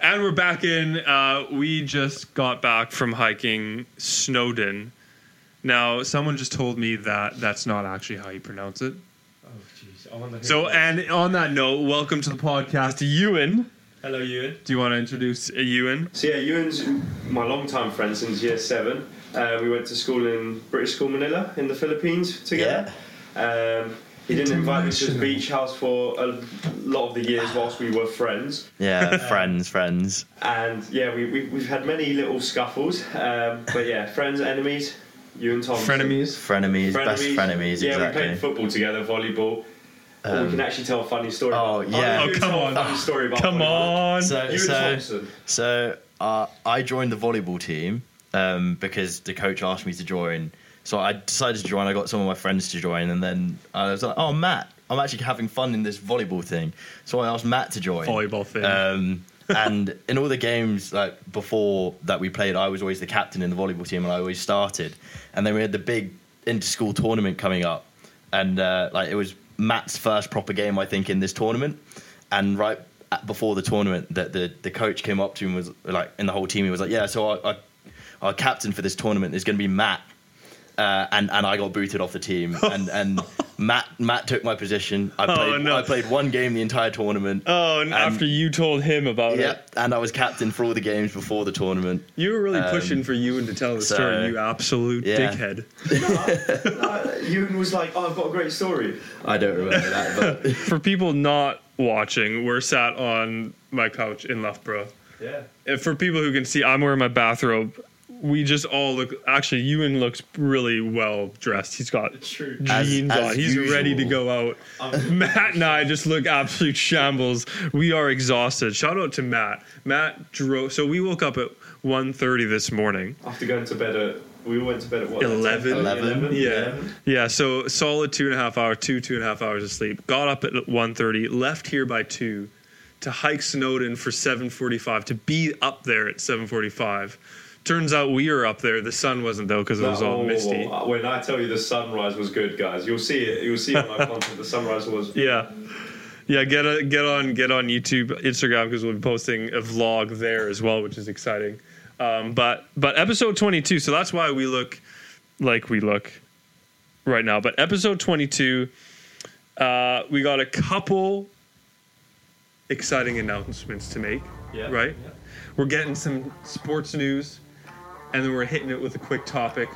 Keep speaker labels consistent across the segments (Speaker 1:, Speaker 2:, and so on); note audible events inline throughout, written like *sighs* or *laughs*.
Speaker 1: And we're back in. Uh, we just got back from hiking Snowden. Now, someone just told me that that's not actually how you pronounce it.
Speaker 2: Oh, jeez. I wonder who-
Speaker 1: So, uh, and on that note, welcome to the podcast, Ewan.
Speaker 2: hello, Ewan.
Speaker 1: Do you want to introduce Ewan?
Speaker 3: So yeah, Ewan's my longtime friend since year seven. Uh, we went to school in British School Manila in the Philippines together. Um, he didn't invite me to his beach house for a lot of the years whilst we were friends.
Speaker 4: Yeah,
Speaker 3: *laughs*
Speaker 4: friends, friends.
Speaker 3: And yeah, we, we, we've had many little scuffles. Um, but yeah, friends, enemies, Ewan Thompson.
Speaker 1: Frenemies.
Speaker 4: Frenemies, best frenemies,
Speaker 3: yeah, we played
Speaker 4: exactly.
Speaker 3: football together, volleyball. Oh, we
Speaker 4: Um,
Speaker 3: can actually tell a funny story.
Speaker 4: oh,
Speaker 3: about-
Speaker 4: yeah.
Speaker 3: you
Speaker 1: Oh,
Speaker 3: can
Speaker 1: come
Speaker 3: tell
Speaker 1: on.
Speaker 3: A funny story about
Speaker 1: Come
Speaker 3: volleyball.
Speaker 1: on.
Speaker 4: So,
Speaker 3: Ewan
Speaker 4: so,
Speaker 3: Thompson.
Speaker 4: so uh, I joined the volleyball team um, because the coach asked me to join. So I decided to join. I got some of my friends to join, and then I was like, "Oh, Matt, I'm actually having fun in this volleyball thing." So I asked Matt to join.
Speaker 1: Volleyball thing.
Speaker 4: Um, and in all the games like before that we played, I was always the captain in the volleyball team, and I always started. And then we had the big inter-school tournament coming up, and uh, like it was Matt's first proper game, I think, in this tournament. And right at, before the tournament, that the the coach came up to him was like, in the whole team, he was like, "Yeah, so our, our, our captain for this tournament is going to be Matt." Uh, and and I got booted off the team,
Speaker 1: *laughs*
Speaker 4: and and Matt Matt took my position. I
Speaker 1: Oh,
Speaker 4: played
Speaker 1: no.
Speaker 4: I played one game the entire tournament.
Speaker 1: oh, and after you told him about
Speaker 4: Yeah,
Speaker 1: it,
Speaker 4: and I was captain for all the games before the tournament.
Speaker 1: you were really
Speaker 4: Um,
Speaker 1: pushing for Ewan to tell the
Speaker 4: so-
Speaker 1: story, you absolute
Speaker 4: Yeah.
Speaker 1: dickhead.
Speaker 3: Uh, Ewan was like, "Oh, I've got a great story."
Speaker 4: I don't remember that, but
Speaker 1: For people not watching, we're sat on my couch in Loughborough.
Speaker 3: Yeah.
Speaker 1: And for people who can see, I'm wearing my bathrobe. We just all look. Actually, Ewan looks really well dressed. He's got
Speaker 3: True.
Speaker 1: jeans
Speaker 4: As- as
Speaker 1: on. He's ready to
Speaker 4: usual.
Speaker 1: go
Speaker 4: Um,
Speaker 1: out. Matt and I just look absolute shambles. We are exhausted. Shout out to Matt. Matt drove. So we woke up at 1.30 this morning.
Speaker 3: After going to bed at, we all went to bed at what?
Speaker 1: 11?
Speaker 4: 11,
Speaker 1: Yeah. Yeah. So solid two and a half hour, two, two and a half hours of sleep. Got up at 1.30, left here by two to hike Snowden for 7.45, to be up there at 7.45. Turns out we were up there. The sun wasn't though because it was all misty.
Speaker 3: uh, When I tell you the sunrise was good, guys, you'll see it. You'll see on our content the sunrise was.
Speaker 1: *laughs* Yeah. Yeah, get a, get on get on YouTube, Instagram because we'll be posting a vlog there as well, which is exciting. Um, but but episode 22, so that's why we look like we look right now. But episode 22, uh, we got a couple exciting announcements to make.
Speaker 3: Yeah,
Speaker 1: Right. We're getting some sports news, and then we're hitting it with a quick topic.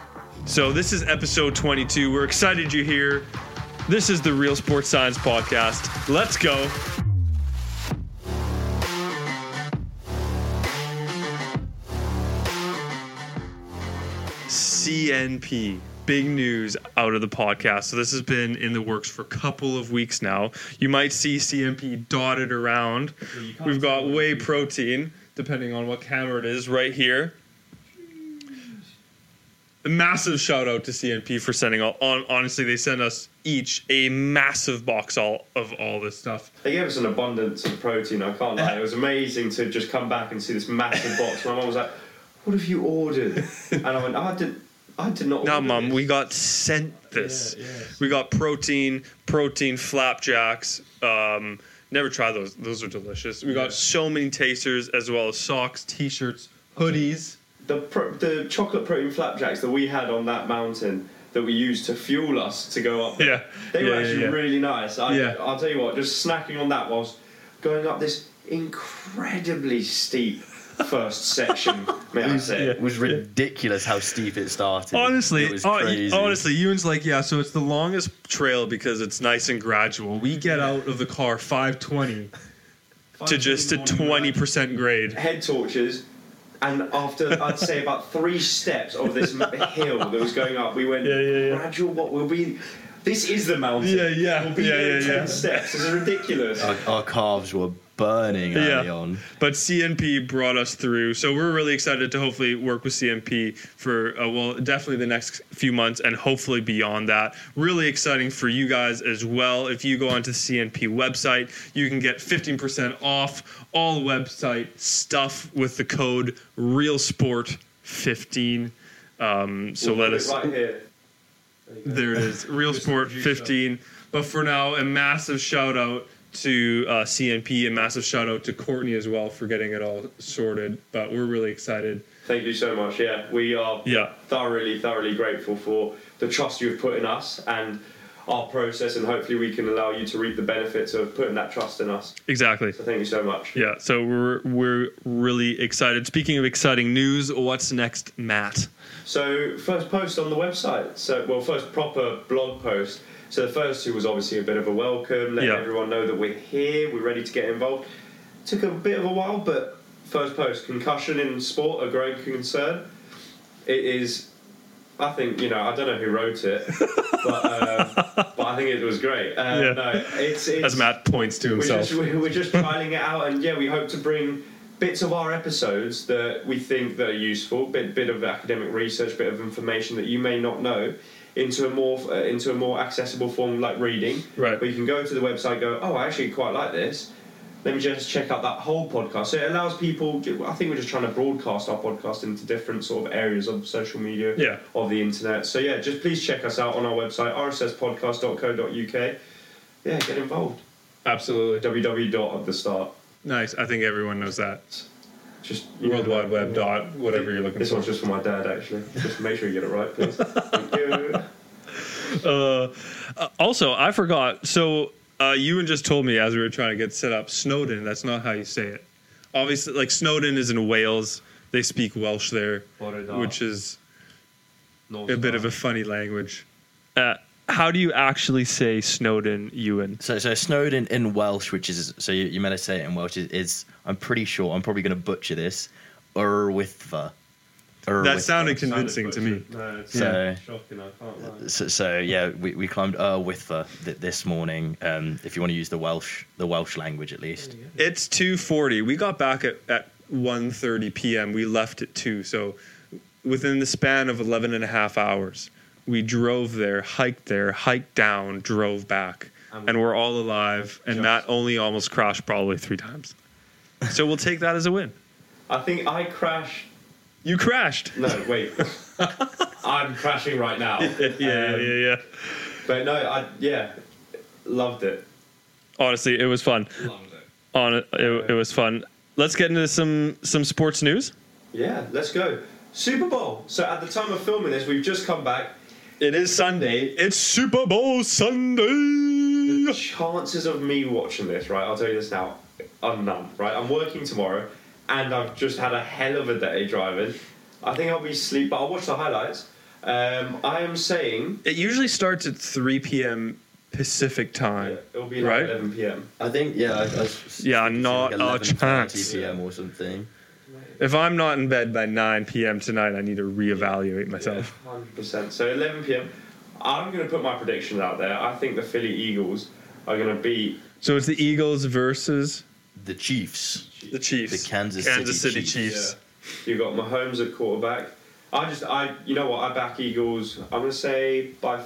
Speaker 1: So this is episode 22. We're excited you're here. This is the Real Sports Science Podcast. Let's go. CNP. Big news out of the podcast. So, this has been in the works for a couple of weeks now. You might see CNP dotted around. We've got whey protein, depending on what camera it is, right here. A massive shout out to CNP for sending all. On, honestly, they sent us each a massive box all of all this stuff.
Speaker 3: They gave us an abundance of protein. I can't lie. It was amazing to just come back and see this massive box. My mum was like, "What have
Speaker 1: *laughs*
Speaker 3: you ordered?" And I went, "I did. I did not."
Speaker 1: No,
Speaker 3: order
Speaker 1: mum,
Speaker 3: this."
Speaker 1: we got sent this.
Speaker 2: Yeah, yes.
Speaker 1: We got protein, protein flapjacks. Um, never tried those; those are delicious. We got so many tasters, as well as socks, t-shirts, hoodies.
Speaker 3: the pro- the chocolate protein flapjacks that we had on that mountain that we used to fuel us to go up.
Speaker 1: Yeah.
Speaker 3: They
Speaker 1: Yeah,
Speaker 3: were
Speaker 1: yeah,
Speaker 3: actually
Speaker 1: yeah.
Speaker 3: really nice. I,
Speaker 1: Yeah.
Speaker 3: I'll tell you what, just snacking on that whilst going up this incredibly
Speaker 1: *laughs*
Speaker 3: steep first section, may I say.
Speaker 4: it was ridiculous how steep it started.
Speaker 1: Honestly,
Speaker 4: it was
Speaker 1: hon-
Speaker 4: crazy.
Speaker 1: honestly, Ewan's like, yeah. So it's the longest trail because it's nice and gradual. We get out of the car five twenty to just to twenty percent grade.
Speaker 3: Head torches. And after I'd say about three steps of this m- hill that was going up, we went
Speaker 1: Yeah, yeah, yeah.
Speaker 3: gradual. What will be? This is the mountain.
Speaker 1: Yeah, yeah,
Speaker 3: We'll be
Speaker 1: yeah,
Speaker 3: there in
Speaker 1: yeah,
Speaker 3: ten
Speaker 1: yeah. Oh,
Speaker 3: steps. This is ridiculous.
Speaker 4: our, our calves were burning early
Speaker 1: Yeah.
Speaker 4: on.
Speaker 1: But CNP brought us through, so we're really excited to hopefully work with CNP for uh, well, definitely the next few months and hopefully beyond that. Really exciting for you guys as well. If you go onto the CNP website, you can get 15% off all website stuff with the code RealSport15. Um, so
Speaker 3: We'll
Speaker 1: let
Speaker 3: put it
Speaker 1: us
Speaker 3: right here.
Speaker 1: there it is. Real Sport 15. But for now, a massive shout out to uh, CNP. A massive shout out to Courtney as well for getting it all sorted. But we're really excited.
Speaker 3: Thank you so much. Yeah, we are
Speaker 1: Yeah.
Speaker 3: thoroughly, thoroughly grateful for the trust you've put in us and our process, and hopefully we can allow you to reap the benefits of putting that trust in us.
Speaker 1: Exactly.
Speaker 3: So thank you so much.
Speaker 1: Yeah. So we're we're really excited. Speaking of exciting news, what's next, Matt?
Speaker 3: So first post on the website. So well, first proper blog post. So the first two was obviously a bit of a welcome, letting
Speaker 1: Yeah.
Speaker 3: everyone know that we're here, we're ready to get involved. Took a bit of a while, but first post concussion in sport a growing concern. It is. I think you know. I don't know who wrote it, but, um, *laughs* but I think it was great. Uh,
Speaker 1: Yeah.
Speaker 3: No, it's, it's
Speaker 1: As Matt points to
Speaker 3: we're
Speaker 1: himself.
Speaker 3: just, we're we're just trialing it out, and yeah, we hope to bring bits of our episodes that we think that are useful, bit bit of academic research, bit of information that you may not know, into a more uh, into a more accessible form like reading.
Speaker 1: Right.
Speaker 3: Where you can go to the website, go, oh, I actually quite like this. Let me just check out that whole podcast. So it allows people. I think we're just trying to broadcast our podcast into different sort of areas of social media
Speaker 1: Yeah.
Speaker 3: of the internet. So yeah, just please check us out on our website rsspodcast.co.uk. Yeah, get involved.
Speaker 1: Absolutely.
Speaker 3: www dot at the start.
Speaker 1: Nice. I think everyone knows that.
Speaker 3: Just you
Speaker 1: World
Speaker 3: know,
Speaker 1: Wide Web dot whatever you're looking
Speaker 3: This
Speaker 1: for.
Speaker 3: one's just for my dad, actually. Just make sure you get it right, please. Thank you.
Speaker 1: uh, uh, also, I forgot. So uh, Ewan just told me as we were trying to get set up, Snowden. That's not how you say it. Obviously, like Snowden is in Wales. They speak Welsh there,
Speaker 2: Borderda.
Speaker 1: *laughs* which is
Speaker 2: North
Speaker 1: a bit
Speaker 2: Star.
Speaker 1: of a funny language. Uh, how do you actually say Snowden, Ewan?
Speaker 4: So, so Snowden in Welsh, which is so you, you meditate in Welsh is, is I'm pretty sure I'm probably going to butcher this. Urwithva.
Speaker 1: That sounded
Speaker 2: Sounded
Speaker 1: convincing to me.
Speaker 2: butchered. No, it's
Speaker 4: So-
Speaker 2: shocking. I can't lie.
Speaker 4: So, so yeah, we, we climbed Urwithva th- this morning. Um, if you want to use the Welsh, the Welsh language at least.
Speaker 1: It's two forty. We got back at at one thirty p.m. We left at two, so within the span of 11 and a half hours, we drove there, hiked there, hiked down, drove back,
Speaker 2: And we-
Speaker 1: and we're all alive. And
Speaker 2: Just-
Speaker 1: Matt only almost crashed probably three times, so we'll take that as a win.
Speaker 3: I think I crashed.
Speaker 1: You crashed.
Speaker 3: No, wait. I'm crashing right now.
Speaker 1: yeah,
Speaker 3: Um,
Speaker 1: yeah, yeah.
Speaker 3: But no, I yeah, loved it.
Speaker 1: Honestly, it was fun.
Speaker 2: Loved it.
Speaker 1: On it, it was fun. Let's get into some some sports news.
Speaker 3: Yeah, let's go. Super Bowl. So at the time of filming this, we've just come back.
Speaker 1: It is Sunday. It's Super Bowl Sunday.
Speaker 3: Chances of me watching this, right? I'll tell you this now, are none. Right, I'm working tomorrow, and I've just had a hell of a day driving. I think I'll be asleep, but I'll watch the highlights. Um, I am saying
Speaker 1: It usually starts at 3 p.m. Pacific time.
Speaker 3: It'll be like
Speaker 1: Right?
Speaker 3: 11 p.m.
Speaker 4: I think yeah. I,
Speaker 1: Yeah, thinking not like a 11:30 chance.
Speaker 4: PM or something.
Speaker 1: If I'm not in bed by 9 p.m. tonight, I need to reevaluate myself.
Speaker 3: 100%. So 11 p.m. I'm going to put my predictions out there. I think the Philly Eagles are going to beat.
Speaker 1: So it's the Eagles versus
Speaker 4: The Chiefs.
Speaker 1: the Chiefs.
Speaker 4: The Kansas City
Speaker 1: City,
Speaker 4: Chiefs.
Speaker 1: Chiefs.
Speaker 3: You've got Mahomes at quarterback. I just, I, you know what? I back Eagles. I'm going to say by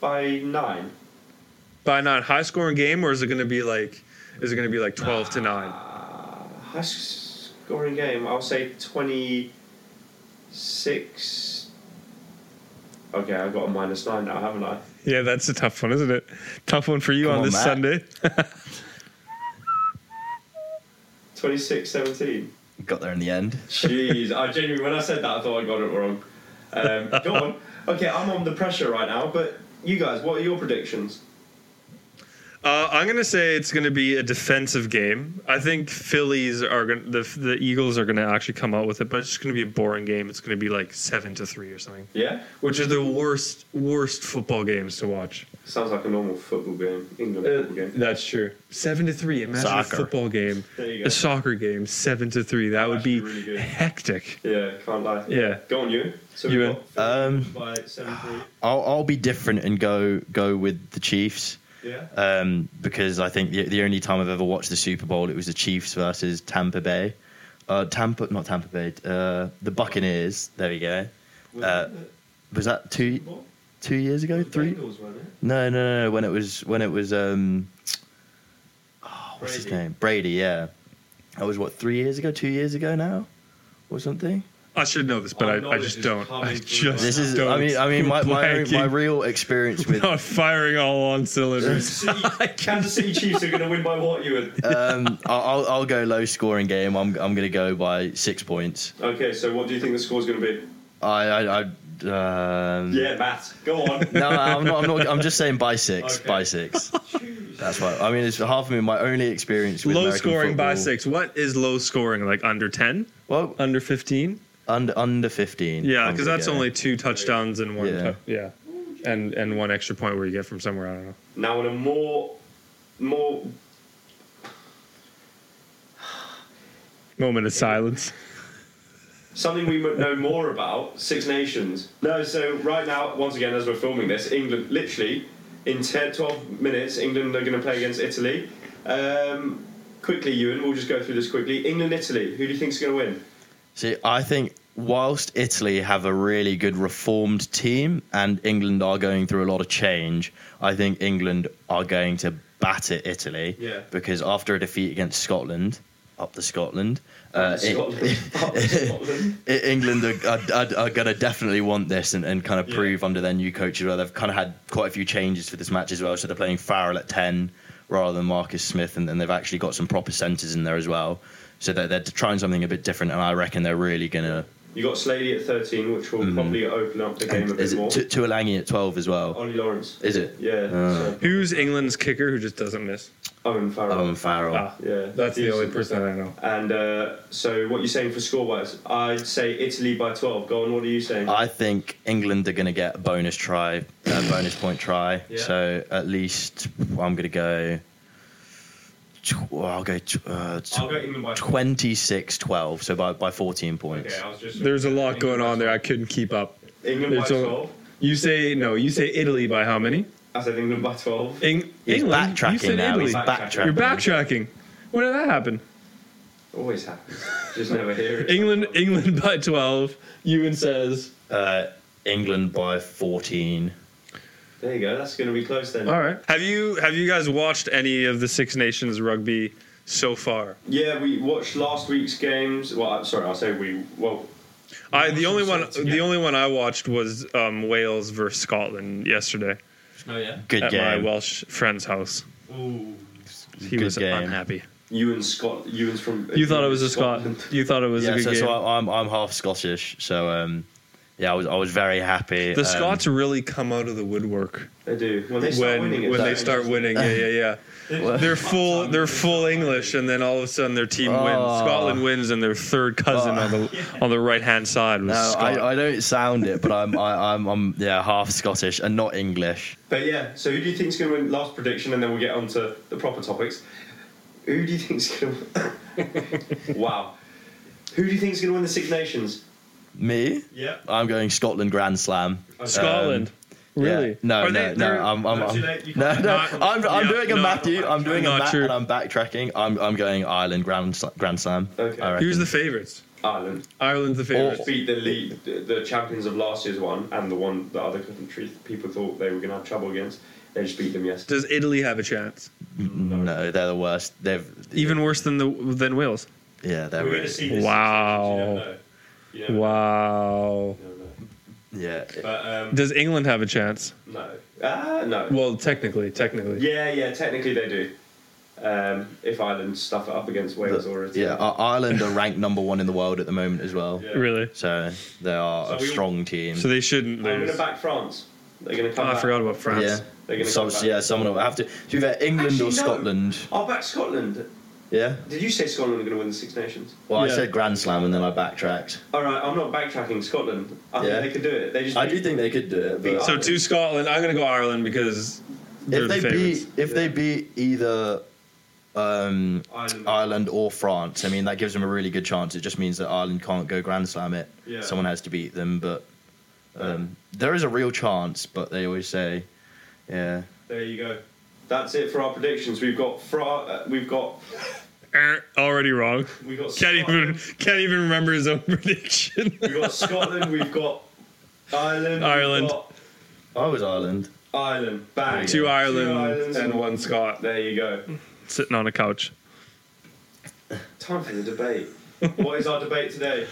Speaker 3: by nine.
Speaker 1: By 9, high scoring game, or is it going to be like, is it going to be like 12 to 9?
Speaker 3: Uh, high scoring game. I'll say 26. Okay, I've got a minus nine now, haven't I?
Speaker 1: Yeah, that's a tough one, isn't it? Tough one for you
Speaker 4: Come
Speaker 1: on
Speaker 4: on,
Speaker 1: this
Speaker 4: Matt.
Speaker 1: Sunday. *laughs*
Speaker 3: 26 17.
Speaker 4: Got there in the end.
Speaker 3: Jeez, I genuinely, when I said that, I thought I got it wrong. Um, go on. Okay, I'm on the pressure right now, but you guys, what are your predictions?
Speaker 1: Uh, I'm gonna say it's gonna be a defensive game. I think Phillies are gonna the the Eagles are gonna actually come out with it, but it's just gonna be a boring game. It's gonna be like seven to three or something,
Speaker 3: Yeah?
Speaker 1: which are the worst worst football games to watch.
Speaker 3: Sounds like a normal football game,
Speaker 1: Uh,
Speaker 3: England football game.
Speaker 1: that's true. Seven to three. Imagine
Speaker 4: Soccer.
Speaker 1: a football game,
Speaker 3: There you go.
Speaker 1: a soccer game, seven to three. That would be
Speaker 3: Actually really good.
Speaker 1: hectic.
Speaker 3: Yeah, can't lie.
Speaker 1: Yeah.
Speaker 3: Go on, you. So
Speaker 1: You
Speaker 3: we've got
Speaker 4: Um,
Speaker 3: by 7 3.
Speaker 4: I'll I'll be different and go go with the Chiefs.
Speaker 3: Yeah?
Speaker 4: um, because I think the, the only time I've ever watched the Super Bowl, it was the Chiefs versus Tampa Bay. Uh, Tampa, not Tampa Bay, uh, the Buccaneers. There we go. Uh, was that two
Speaker 3: What?
Speaker 4: two years ago?
Speaker 3: The
Speaker 4: Three?
Speaker 3: Bengals won it.
Speaker 4: No, no, no. no, When it was when it was um, oh, what's his
Speaker 3: Brady.
Speaker 4: name? Brady. Yeah, that was what three years ago, two years ago now, or something.
Speaker 1: I should know this, but I,
Speaker 3: Our
Speaker 1: I
Speaker 3: knowledge
Speaker 1: just
Speaker 3: is
Speaker 1: don't. I
Speaker 3: coming
Speaker 1: just
Speaker 3: through us.
Speaker 4: This is,
Speaker 1: don't.
Speaker 4: I mean, I mean, my, my,
Speaker 1: Blanking.
Speaker 4: my
Speaker 1: *laughs*
Speaker 4: real experience with
Speaker 1: not firing all on cylinders.
Speaker 3: City, Kansas City
Speaker 4: *laughs*
Speaker 3: Chiefs are going to win by what, Ewan?
Speaker 1: *laughs*
Speaker 4: um, I'll, I'll- I'll go low scoring game. I'm, I'm going to go by six points.
Speaker 3: Okay, so what do you think the score's going to be?
Speaker 4: I, I, I um,
Speaker 3: Yeah, Matt, go on.
Speaker 4: No, I'm not, I'm not. I'm just saying by six.
Speaker 3: Okay.
Speaker 4: By six. That's why. I mean, it's half of me. My only experience *laughs* with
Speaker 1: low
Speaker 4: American
Speaker 1: scoring by
Speaker 4: football-
Speaker 1: six. What is low scoring? Like under ten,
Speaker 4: Well,
Speaker 1: under fifteen?
Speaker 4: under under fifteen.
Speaker 1: Yeah,
Speaker 4: I'm
Speaker 1: because
Speaker 4: gonna
Speaker 1: that's
Speaker 4: go.
Speaker 1: only two touchdowns and one.
Speaker 4: Yeah.
Speaker 1: Yeah. yeah. And and one extra point where you get from somewhere. I don't know.
Speaker 3: Now, on a more, more
Speaker 1: Moment of silence.
Speaker 3: something we would know more about, Six Nations. No, so right now, once again, as we're filming this, England, literally, in 10, 12 minutes, England are going to play against Italy. Um, quickly, Ewan, we'll just go through this quickly. England, Italy, who do you think's going to win?
Speaker 4: See, I think whilst Italy have a really good reformed team and England are going through a lot of change, I think England are going to batter Italy.
Speaker 3: Yeah.
Speaker 4: Because after a defeat against Scotland, up the Scotland, uh, it-
Speaker 3: Scotland.
Speaker 4: *laughs*
Speaker 3: Scotland.
Speaker 4: I- England are, are, are, are going to definitely want this and, and kind of prove under their new coach as well. They've kind of had quite a few changes for this match as well. So they're playing Farrell at 10 rather than Marcus Smith, and then they've actually got some proper centres in there as well. So they're, they're trying something a bit different, and I reckon they're really going to.
Speaker 3: You got Slady at 13, which will probably open up the game a
Speaker 4: Mm-hmm. Is
Speaker 3: bit more.
Speaker 4: it Tu- Tuolangi at 12 as well?
Speaker 3: Ollie Lawrence.
Speaker 4: Is Uh, it?
Speaker 3: Yeah. so
Speaker 1: Who's England's kicker who just doesn't miss?
Speaker 3: Owen Farrell.
Speaker 4: Owen Farrell.
Speaker 1: Ah,
Speaker 3: yeah.
Speaker 1: that's the
Speaker 3: he's-
Speaker 1: only person I know.
Speaker 3: And uh, so, what you saying for score wise? I'd say Italy by 12. Go on, what are you saying?
Speaker 4: I think England are going to get a bonus try,
Speaker 1: *coughs*
Speaker 4: a bonus point try.
Speaker 3: Yeah.
Speaker 4: So at least I'm going to go. tw- oh, I'll go. tw- Uh, tw-
Speaker 3: I'll go England by 12.
Speaker 4: 26 12, so by, by 14 points.
Speaker 3: Okay, I was just.
Speaker 1: There's a lot going on there. I couldn't keep up.
Speaker 3: England by
Speaker 1: There's a-
Speaker 3: 12.
Speaker 1: You say no. You say Italy by how many?
Speaker 3: I said England by 12.
Speaker 1: Eng-
Speaker 4: He's
Speaker 1: England. You
Speaker 4: backtracking
Speaker 1: said
Speaker 4: now.
Speaker 1: Italy.
Speaker 4: He's backtracking.
Speaker 1: You're backtracking. When did that happen?
Speaker 3: Always happens. Just never hear it.
Speaker 1: England. England by twelve. Ewan says.
Speaker 4: Uh, England by 14.
Speaker 3: There you go. That's going to be close then.
Speaker 1: All right. Have you have you guys watched any of the Six Nations rugby so far?
Speaker 3: Yeah, we watched last week's games. Well, I'm sorry, I'll say we. Well,
Speaker 1: I the only one
Speaker 3: Sorts, yeah.
Speaker 1: the only one I watched was um, Wales versus Scotland yesterday
Speaker 2: Oh yeah.
Speaker 4: Good
Speaker 1: at my
Speaker 4: game.
Speaker 1: Welsh friend's house.
Speaker 2: Ooh.
Speaker 1: He
Speaker 4: Good
Speaker 1: was
Speaker 4: game.
Speaker 1: unhappy.
Speaker 3: Ewan's Scott. Ewan's from.
Speaker 1: You thought it was a Scotland. You thought it was
Speaker 4: yeah,
Speaker 1: a good
Speaker 4: so,
Speaker 1: game.
Speaker 4: so I, I'm, I'm half Scottish, so um, yeah, I was, I was very happy.
Speaker 1: the
Speaker 4: um,
Speaker 1: Scots really come out of the woodwork
Speaker 3: They do. When they start
Speaker 1: when
Speaker 3: winning it.
Speaker 1: when they
Speaker 3: it's
Speaker 1: start
Speaker 3: just-
Speaker 1: winning. Yeah, yeah, yeah. They're full. They're full English, and then all of a sudden their team wins.
Speaker 4: Oh.
Speaker 1: Scotland wins, and their third cousin on the on the right hand side was
Speaker 4: No,
Speaker 1: Scotland.
Speaker 4: I, um, I don't sound it, but I'm, I, I'm, I'm, yeah, half Scottish and not English.
Speaker 3: But yeah, so who do you think's going to win? Last prediction, and then we'll get on to the proper topics. Who do you think's going to
Speaker 2: *laughs*
Speaker 3: win? wow. Who do you think's going to win the Six Nations?
Speaker 4: Me?
Speaker 3: Yeah.
Speaker 4: I'm going Scotland Grand Slam.
Speaker 3: Uh,
Speaker 1: Scotland. really?
Speaker 4: Yeah. No,
Speaker 1: Are
Speaker 4: no,
Speaker 1: they-
Speaker 4: no.
Speaker 1: they're-
Speaker 4: I'm, I'm,
Speaker 3: No,
Speaker 4: I'm,
Speaker 3: too late, you
Speaker 4: no,
Speaker 3: can't-
Speaker 4: no.
Speaker 1: Not-
Speaker 4: I'm, I'm
Speaker 1: yeah,
Speaker 4: doing a
Speaker 1: no,
Speaker 4: Matthew.
Speaker 1: not
Speaker 4: I'm doing a
Speaker 1: true.
Speaker 4: Matt, and I'm backtracking. I'm, I'm going Ireland Grand Sl- Grand Slam.
Speaker 3: Okay.
Speaker 4: I reckon.
Speaker 1: Who's the favourites?
Speaker 3: Ireland.
Speaker 1: Ireland's the favourites.
Speaker 3: Beat the lead, the champions of last year's one and the one that other country people thought they were going to have trouble against. They just beat them yesterday.
Speaker 1: Does Italy have a chance?
Speaker 4: No, they're the worst. They've
Speaker 1: Even worse than the than Wales.
Speaker 4: yeah, they're
Speaker 2: We're going
Speaker 4: really,
Speaker 2: to see this.
Speaker 1: Wow.
Speaker 2: You never know. You never know.
Speaker 1: Wow.
Speaker 2: You never know.
Speaker 4: yeah.
Speaker 2: But um,
Speaker 1: Does England have a chance?
Speaker 3: No. Ah, no.
Speaker 1: Well, technically, technically.
Speaker 3: Yeah, yeah, technically they do. Um, if Ireland stuff it up against Wales or Italy.
Speaker 4: Yeah, I- Ireland are ranked number one in the world at the moment as well.
Speaker 2: Yeah.
Speaker 1: Really.
Speaker 4: So they are
Speaker 2: So
Speaker 4: a
Speaker 2: we-
Speaker 4: strong team.
Speaker 1: So they shouldn't
Speaker 3: I'm going
Speaker 1: lose.
Speaker 3: to back France. They're going to come
Speaker 1: Oh, I
Speaker 3: back.
Speaker 1: forgot about France.
Speaker 4: yeah.
Speaker 3: They're gonna
Speaker 4: So,
Speaker 3: come back.
Speaker 4: yeah, someone will have to. To be fair, England or
Speaker 3: Actually, no.
Speaker 4: Scotland.
Speaker 3: I'll back Scotland.
Speaker 4: Yeah.
Speaker 3: Did you say Scotland were going to win the Six Nations?
Speaker 4: Well, I
Speaker 1: Yeah.
Speaker 4: said Grand Slam and then I backtracked.
Speaker 3: All right, I'm not backtracking Scotland. I
Speaker 4: Yeah.
Speaker 3: think they could do it. They just
Speaker 4: I do think they could do it. But
Speaker 1: So to Scotland, I'm going to go Ireland because they're
Speaker 4: if they
Speaker 1: the
Speaker 4: beat
Speaker 1: favourites.
Speaker 4: if they beat either um,
Speaker 3: Ireland.
Speaker 4: Ireland or France, I mean that gives them a really good chance. It just means that Ireland can't go Grand Slam it.
Speaker 3: Yeah.
Speaker 4: Someone has to beat them, but um, there is a real chance. But they always say, yeah,
Speaker 3: There you go. That's it for our predictions. We've got Fra- uh, we've got
Speaker 1: Er, Already wrong.
Speaker 3: we've got
Speaker 1: Can't
Speaker 3: Scotland,
Speaker 1: even can't even remember his own *laughs* prediction.
Speaker 3: we've got Scotland, we've got Ireland,
Speaker 1: Ireland.
Speaker 3: we've got
Speaker 4: I was Ireland.
Speaker 3: Ireland, bang.
Speaker 1: Two Ireland
Speaker 3: Irelands
Speaker 1: and one Scot
Speaker 3: There you go.
Speaker 1: sitting on a couch.
Speaker 3: Time for the debate. what is our debate today?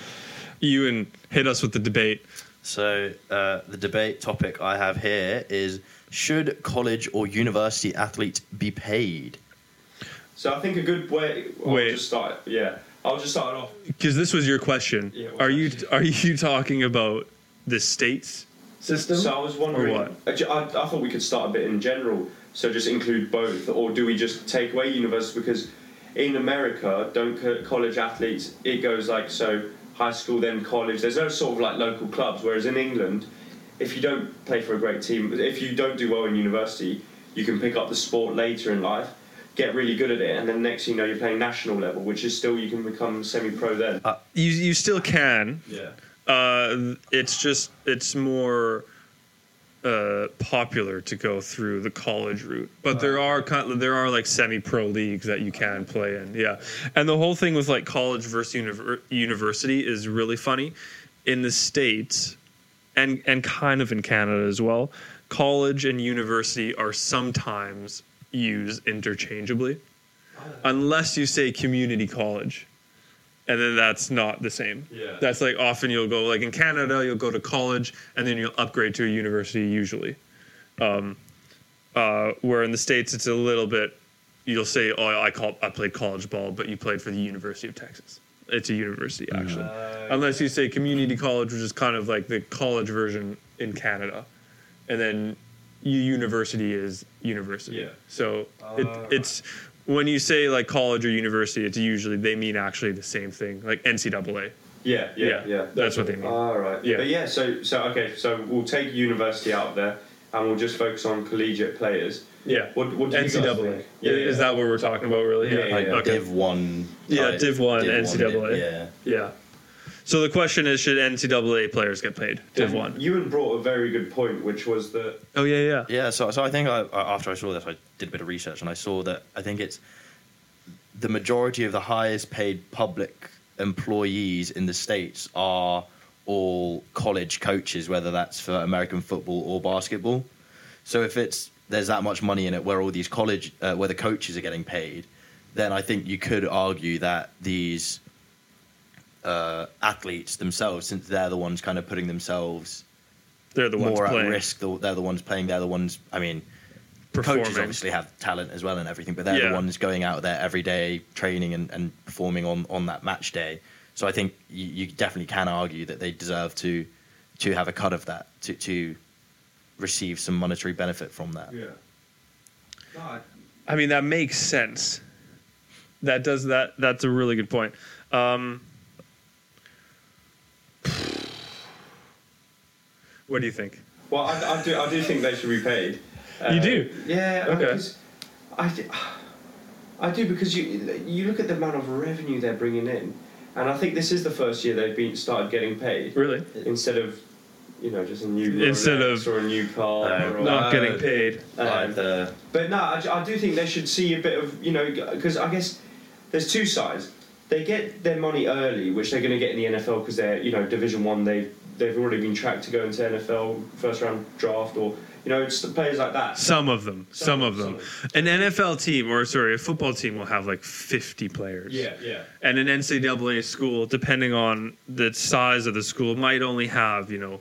Speaker 1: you and hit us with the debate.
Speaker 4: So uh, the debate topic I have here is: Should college or university athlete be paid?
Speaker 3: So I think a good way. I'll
Speaker 1: Wait.
Speaker 3: just start. Yeah, I'll just start it off.
Speaker 1: Because this was your question.
Speaker 3: Yeah, it was
Speaker 1: are you
Speaker 3: actually.
Speaker 1: are you talking about the states?
Speaker 2: System.
Speaker 3: So I was wondering.
Speaker 1: Or what?
Speaker 3: Actually, I, I thought we could start a bit in general. So just include both, or do we just take away university? Because in America, don't co- college athletes? It goes like so: high school, then college. There's no sort of like local clubs. Whereas in England, if you don't play for a great team, if you don't do well in university, you can pick up the sport later in life. Get really good at it, and then next thing you know, you're playing national level, which is still you can become semi-pro then.
Speaker 1: You you still can.
Speaker 2: yeah.
Speaker 1: Uh, it's just it's more uh, popular to go through the college route, but there are kind there are like semi-pro leagues that you can play in. Yeah, and the whole thing with like college versus univer- university is really funny in the states, and and kind of in Canada as well. College and university are sometimes used interchangeably, unless you say community college and then that's not the same.
Speaker 2: Yeah.
Speaker 1: That's like often you'll go like in Canada you'll go to college and then you'll upgrade to a university usually. Um, uh, where in the states it's a little bit you'll say oh I call I played college ball but you played for the University of Texas. It's a university actually. Unless you say community college which is kind of like the college version in Canada. And then you university is university.
Speaker 2: Yeah. Uh.
Speaker 1: So it, it's when you say like college or university, it's usually they mean actually the same thing, like NCAA.
Speaker 3: Yeah, yeah, yeah. Uh,
Speaker 1: Yeah, that's what they mean.
Speaker 3: All Ah, right.
Speaker 1: Yeah.
Speaker 3: But yeah, so so okay, so we'll take university out there, and we'll just focus on collegiate players.
Speaker 1: Yeah.
Speaker 3: What, what do you guys
Speaker 1: NCAA.
Speaker 3: think?
Speaker 1: Yeah, Is that what we're talking about, really?
Speaker 3: Yeah,
Speaker 4: Like
Speaker 3: yeah.
Speaker 1: Okay.
Speaker 4: Div one.
Speaker 1: Yeah,
Speaker 4: type-
Speaker 1: Div one,
Speaker 4: Div
Speaker 1: NCAA.
Speaker 4: yeah.
Speaker 1: yeah. So the question is, should NCAA players get paid? Div
Speaker 3: And
Speaker 1: one.
Speaker 3: Ewan brought a very good point, which was that
Speaker 1: Oh yeah, yeah.
Speaker 4: Yeah, so, so I think I, I- after I saw this, I did a bit of research and I saw that I think it's the majority of the highest paid public employees in the States are all college coaches, whether that's for American football or basketball. So if it's there's that much money in it where all these college, uh, where the coaches are getting paid, then I think you could argue that these uh, athletes themselves, since they're the ones kind of putting themselves
Speaker 1: They're the ones
Speaker 4: more at
Speaker 1: playing.
Speaker 4: risk. the- They're the ones playing. They're the ones. I mean,
Speaker 1: performing.
Speaker 4: coaches obviously have talent as well and everything, but they're
Speaker 1: Yeah.
Speaker 4: the ones going out there every day training and, and performing on, on that match day. So I think you, you definitely can argue that they deserve to to have a cut of that to to receive some monetary benefit from that.
Speaker 2: Yeah.
Speaker 1: I mean, that makes sense. That does that. That's a really good point. Um, *sighs* what do you think?
Speaker 3: well, I, I do I do think they should be paid.
Speaker 1: You do?
Speaker 3: Yeah.
Speaker 1: Okay.
Speaker 3: Because I, d- I do because you you look at the amount of revenue they're bringing in, and I think this is the first year they've been started getting paid
Speaker 1: Really?
Speaker 3: instead of. You know, just a new
Speaker 1: Instead
Speaker 3: Rolex
Speaker 1: of-
Speaker 3: or a new car,
Speaker 4: Uh,
Speaker 3: or
Speaker 1: Not
Speaker 4: Uh,
Speaker 1: getting paid.
Speaker 3: Um,
Speaker 4: Like the-
Speaker 3: But no, I, I do think they should see a bit of, you know, because I guess there's two sides. They get their money early, which they're going to get in the NFL because they're, you know, Division One. They they've already been tracked to go into NFL first round draft or, you know, it's the players like that.
Speaker 1: Some of them. Some of them.
Speaker 3: some
Speaker 1: An NFL team, or sorry, a football team will have like 50 players.
Speaker 2: Yeah. Yeah.
Speaker 1: And an NCAA school, depending on the size of the school, might only have, you know,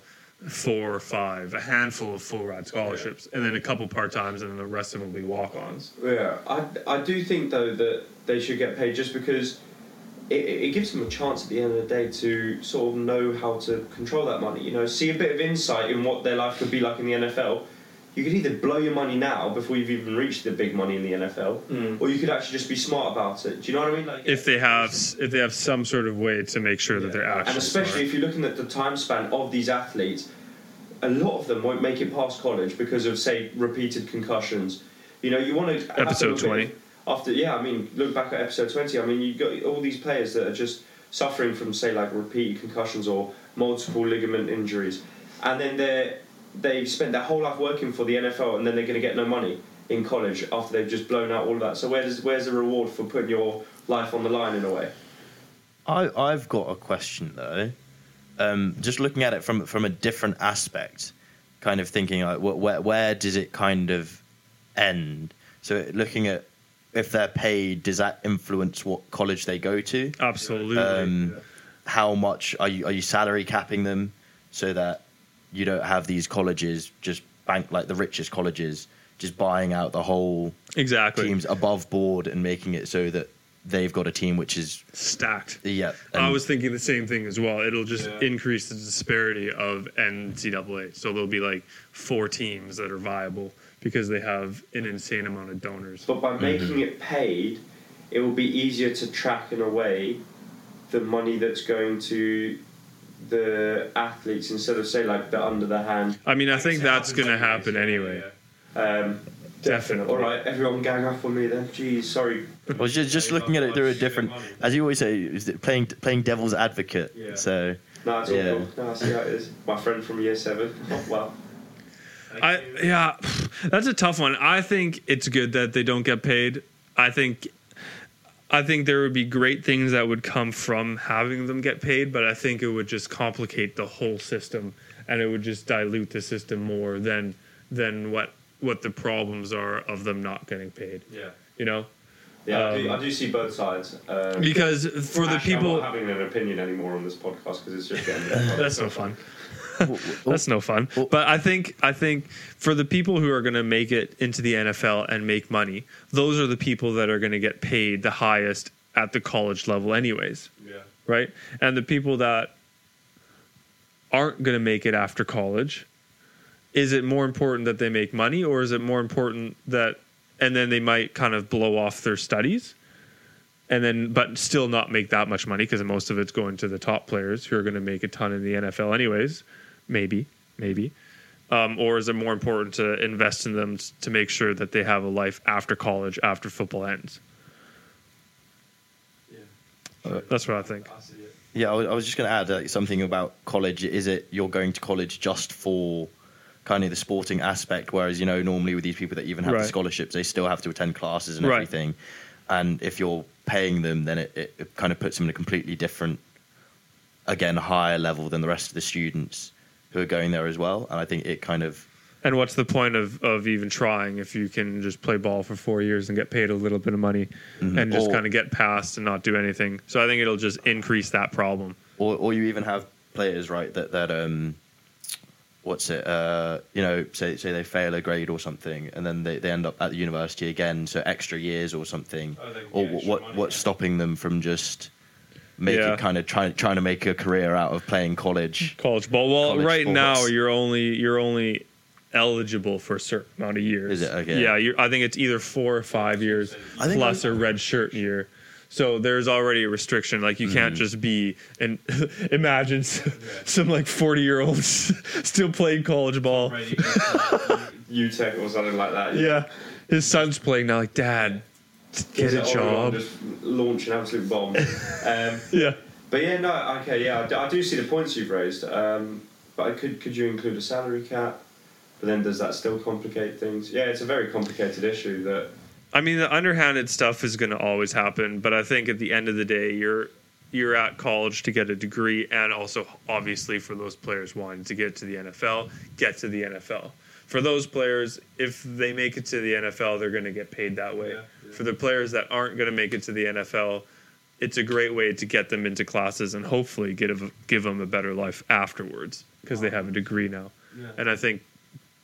Speaker 1: four or five, a handful of full ride scholarships, and then a couple part times, and then the rest of them will be walk ons.
Speaker 3: Yeah, I, I do think though that they should get paid just because it, it it gives them a chance at the end of the day to sort of know how to control that money. You know, see a bit of insight in what their life could be like in the NFL. You could either blow your money now before you've even reached the big money in the NFL, or you could actually just be smart about it. Do you know what I mean? Like
Speaker 1: if they have if they have some sort of way to make sure that they're actually
Speaker 3: and especially if you're looking at the time span of these athletes, a lot of them won't make it past college because of say repeated concussions. You know, you want to
Speaker 1: Episode 20.
Speaker 3: after yeah, I mean, look back at episode twenty. I mean, you got all these players that are just suffering from say like repeated concussions or multiple ligament injuries, and then they they've spent their whole life working for the NFL, and then they're going to get no money in college after they've just blown out all that. So where does where's the reward for putting your life on the line in a way?
Speaker 4: I, I've got a question though. Um, just looking at it from from a different aspect, kind of thinking like, wh- where where does it kind of end? So looking at if they're paid, does that influence what college they go to?
Speaker 1: absolutely
Speaker 4: Um, how much are you are you salary capping them so that you don't have these colleges just bank like the richest colleges just buying out the whole
Speaker 1: exactly
Speaker 4: teams above board and making it so that they've got a team which is
Speaker 1: stacked.
Speaker 4: yeah.
Speaker 1: I
Speaker 4: and-
Speaker 1: was thinking the same thing as well. It'll just
Speaker 2: Yeah.
Speaker 1: increase the disparity of NCAA. So there'll be like four teams that are viable because they have an insane amount of donors.
Speaker 3: But by making it paid, it will be easier to track in a way the money that's going to the athletes instead of say like the under the hand.
Speaker 1: I mean, I think that's going to happen anyway.
Speaker 3: Um,
Speaker 1: Definitely.
Speaker 3: All right, everyone, gang up on me then. Geez, sorry.
Speaker 4: I was just, just
Speaker 2: Yeah,
Speaker 4: looking at it through a different,
Speaker 2: money.
Speaker 4: as you always say, is that playing playing devil's advocate.
Speaker 2: Yeah.
Speaker 4: So
Speaker 3: No, it's
Speaker 4: Yeah.
Speaker 3: all cool. No, I see how it is. My friend from year seven. *laughs* Oh, wow.
Speaker 1: I yeah, *sighs* that's a tough one. I think it's good that they don't get paid. I think I think there would be great things that would come from having them get paid, but I think it would just complicate the whole system and it would just dilute the system more than than what what the problems are of them not getting paid.
Speaker 2: Yeah.
Speaker 1: You know?
Speaker 3: Yeah, I,
Speaker 1: Um,
Speaker 3: do, I do see both sides. Um,
Speaker 1: Because for the
Speaker 3: actually, I'm
Speaker 1: people
Speaker 3: not having an opinion anymore on this podcast because it's just getting.
Speaker 1: *laughs* that's no fun. *laughs* That's no fun. But I think I think for the people who are going to make it into the NFL and make money, those are the people that are going to get paid the highest at the college level anyways,
Speaker 2: Yeah.
Speaker 1: right? And the people that aren't going to make it after college, is it more important that they make money or is it more important that and then they might kind of blow off their studies? and then but still not make that much money because most of it's going to the top players who are going to make a ton in the NFL anyways. Maybe, maybe. Um, or is it more important to invest in them t- to make sure that they have a life after college, after football ends? Uh, That's what I think.
Speaker 2: I see it.
Speaker 4: yeah, I was, I was just going to add like, something about college. Is it you're going to college just for kind of the sporting aspect? Whereas you know normally with these people that even have
Speaker 1: Right.
Speaker 4: the scholarships, they still have to attend classes and
Speaker 1: Right.
Speaker 4: everything. And if you're paying them, then it, it, it kind of puts them in a completely different, again higher level than the rest of the students who are going there as well. And I think it kind of
Speaker 1: And what's the point of, of even trying if you can just play ball for four years and get paid a little bit of money and just
Speaker 4: Or-
Speaker 1: kind of get past and not do anything? So I think it'll just increase that problem.
Speaker 4: or or you even have players right that that um what's it uh you know say say they fail a grade or something and then they, they end up at the university again so extra years or something
Speaker 2: Oh, they can
Speaker 4: or
Speaker 2: get
Speaker 4: what
Speaker 2: extra
Speaker 4: what
Speaker 2: money,
Speaker 4: what's
Speaker 2: yeah.
Speaker 4: stopping them from just making
Speaker 1: Yeah.
Speaker 4: kind of trying trying to make a career out of playing college
Speaker 1: college ball. Well,
Speaker 4: College
Speaker 1: right now
Speaker 4: sports.
Speaker 1: you're only you're only eligible for a certain amount of years.
Speaker 4: Is it? Okay.
Speaker 1: Yeah, you're, I think it's either four or five years
Speaker 4: I think
Speaker 1: plus
Speaker 4: it
Speaker 1: a red shirt year. So there's already a restriction. Like you
Speaker 4: Mm-hmm.
Speaker 1: can't just be and *laughs* imagine s- *laughs* some like 40 year olds *laughs* still playing college ball.
Speaker 2: Brady goes to-
Speaker 3: UTEC or something like that.
Speaker 1: Yeah, his son's playing now. Like dad, get a
Speaker 3: Oregon
Speaker 1: job.
Speaker 3: Just launch an absolute
Speaker 1: *laughs*
Speaker 3: bomb. um,
Speaker 1: Yeah.
Speaker 3: But yeah, no, okay, yeah, I do, I do see the points you've raised. Um, but I could could you include a salary cap? But then does that still complicate things? Yeah, it's a very complicated issue. That
Speaker 1: I mean, the underhanded stuff is going to always happen, but I think at the end of the day, you're you're at college to get a degree, and also obviously for those players wanting to get to the NFL, get to the NFL. For those players, if they make it to the NFL, they're going to get paid that way.
Speaker 2: Yeah, yeah.
Speaker 1: For the players that aren't going to make it to the NFL, it's a great way to get them into classes and hopefully get a, give them a better life afterwards because they have a degree now.
Speaker 2: Yeah.
Speaker 1: And I think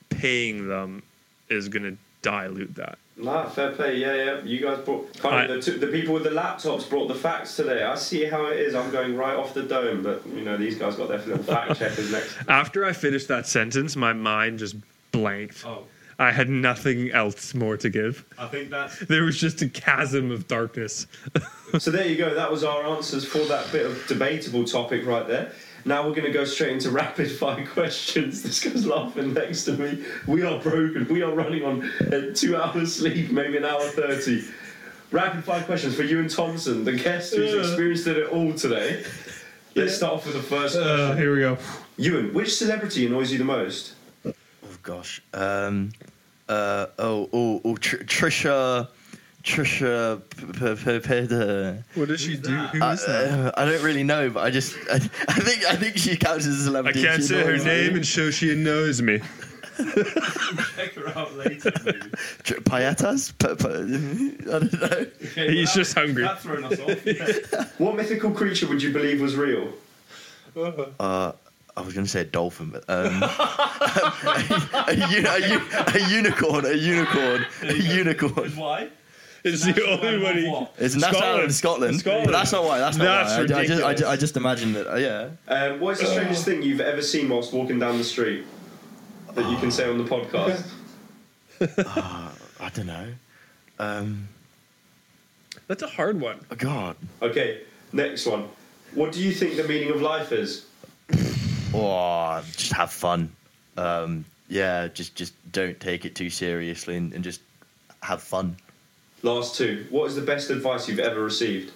Speaker 1: paying them is going to dilute that.
Speaker 3: nah, fair play. Yeah, yeah. You guys brought kind of the, two, the people with the laptops brought the facts today. I see how it is. I'm going right off the dome, but you know these guys got their little fact checkers next.
Speaker 1: After I finished that sentence, my mind just blanked.
Speaker 2: Oh,
Speaker 1: I had nothing else more to give.
Speaker 2: I think that's
Speaker 1: There was just a chasm of darkness.
Speaker 3: So there you go. That was our answers for that bit of debatable topic right there. Now we're going to go straight into rapid fire *laughs* questions. This guy's laughing next to me. We are broken. We are running on uh, two hours sleep, maybe an hour thirty. Rapid fire questions for you and Thompson, the guest who's
Speaker 2: Uh.
Speaker 1: Yeah.
Speaker 3: experienced it all today. Let's start off with the first.
Speaker 1: Uh, here we go.
Speaker 3: Ewan, which celebrity annoys you the most?
Speaker 4: oh gosh um uh oh oh, oh Tr- trisha trisha P- P- P- P-
Speaker 1: What does she do? Who
Speaker 4: I, uh, I don't really know, but I just I, I think I think she counts as a
Speaker 1: I
Speaker 4: celebrity.
Speaker 1: can't
Speaker 4: She
Speaker 1: say her
Speaker 4: knows.
Speaker 1: name and show she knows me.
Speaker 2: Check her out later,
Speaker 3: *laughs*
Speaker 2: maybe.
Speaker 4: Payetas? Pa- pa- *laughs* I don't know.
Speaker 2: Okay,
Speaker 1: *laughs* He's
Speaker 2: well,
Speaker 1: just hungry.
Speaker 2: That's thrown us off.
Speaker 3: *laughs* What mythical creature would you believe was real?
Speaker 4: Uh, I was going to say a dolphin, but um, *laughs* a, u- a, u- a unicorn, a unicorn, a unicorn.
Speaker 2: Because why?
Speaker 1: It's the
Speaker 2: National
Speaker 1: only
Speaker 2: animal
Speaker 1: one. he-
Speaker 2: what?
Speaker 4: It's Scotland.
Speaker 1: Scotland.
Speaker 4: Scotland, Scotland.
Speaker 1: Scotland.
Speaker 4: But that's not why. That's not
Speaker 1: That's
Speaker 4: why. I- I, just, I, ju-
Speaker 1: ridiculous.
Speaker 4: I just imagined that. Uh, yeah.
Speaker 3: Um, what is the
Speaker 2: Uh.
Speaker 3: strangest thing you've ever seen whilst walking down the street that you can say on
Speaker 2: *laughs*
Speaker 3: the podcast?
Speaker 4: I don't know. Um,
Speaker 1: That's a hard one.
Speaker 4: oh God.
Speaker 3: Okay, next one. What do you think the meaning of life is?
Speaker 4: Oh, just have fun. Um, yeah. Just, just don't take it too seriously and, and just have fun.
Speaker 3: Last two. What is the best advice you've ever received?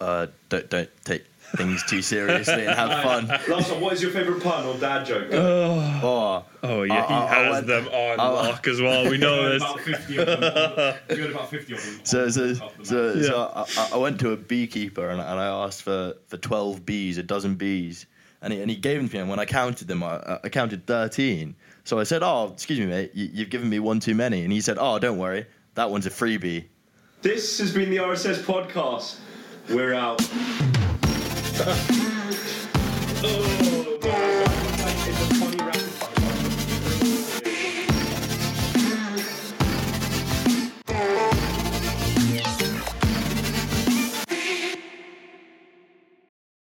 Speaker 4: Uh, don't, don't take things too seriously and
Speaker 1: *laughs*
Speaker 4: have fun.
Speaker 3: Last one. What is your favourite pun or dad joke?
Speaker 4: Oh,
Speaker 1: Oh yeah, he
Speaker 4: I- I- I
Speaker 1: has
Speaker 4: went-
Speaker 1: them on
Speaker 4: I-
Speaker 1: lock as well. We *laughs*
Speaker 2: You
Speaker 1: know
Speaker 2: heard
Speaker 1: this.
Speaker 2: about 50 of them. on- You heard about 50 of
Speaker 3: *laughs*
Speaker 2: them.
Speaker 4: So,
Speaker 2: on-
Speaker 4: so,
Speaker 2: off the
Speaker 4: so,
Speaker 1: Yeah.
Speaker 4: so I- I, I went to a beekeeper and, I- and I asked for, for 12 bees, a dozen bees. And he, and he gave them to me. And when I counted them, I, I counted 13. So I said, Oh, excuse me, mate, you, you've given me one too many. And he said, Oh, don't worry, that one's a freebie.
Speaker 2: *laughs*
Speaker 3: This has been the RSS podcast. We're out. Oh,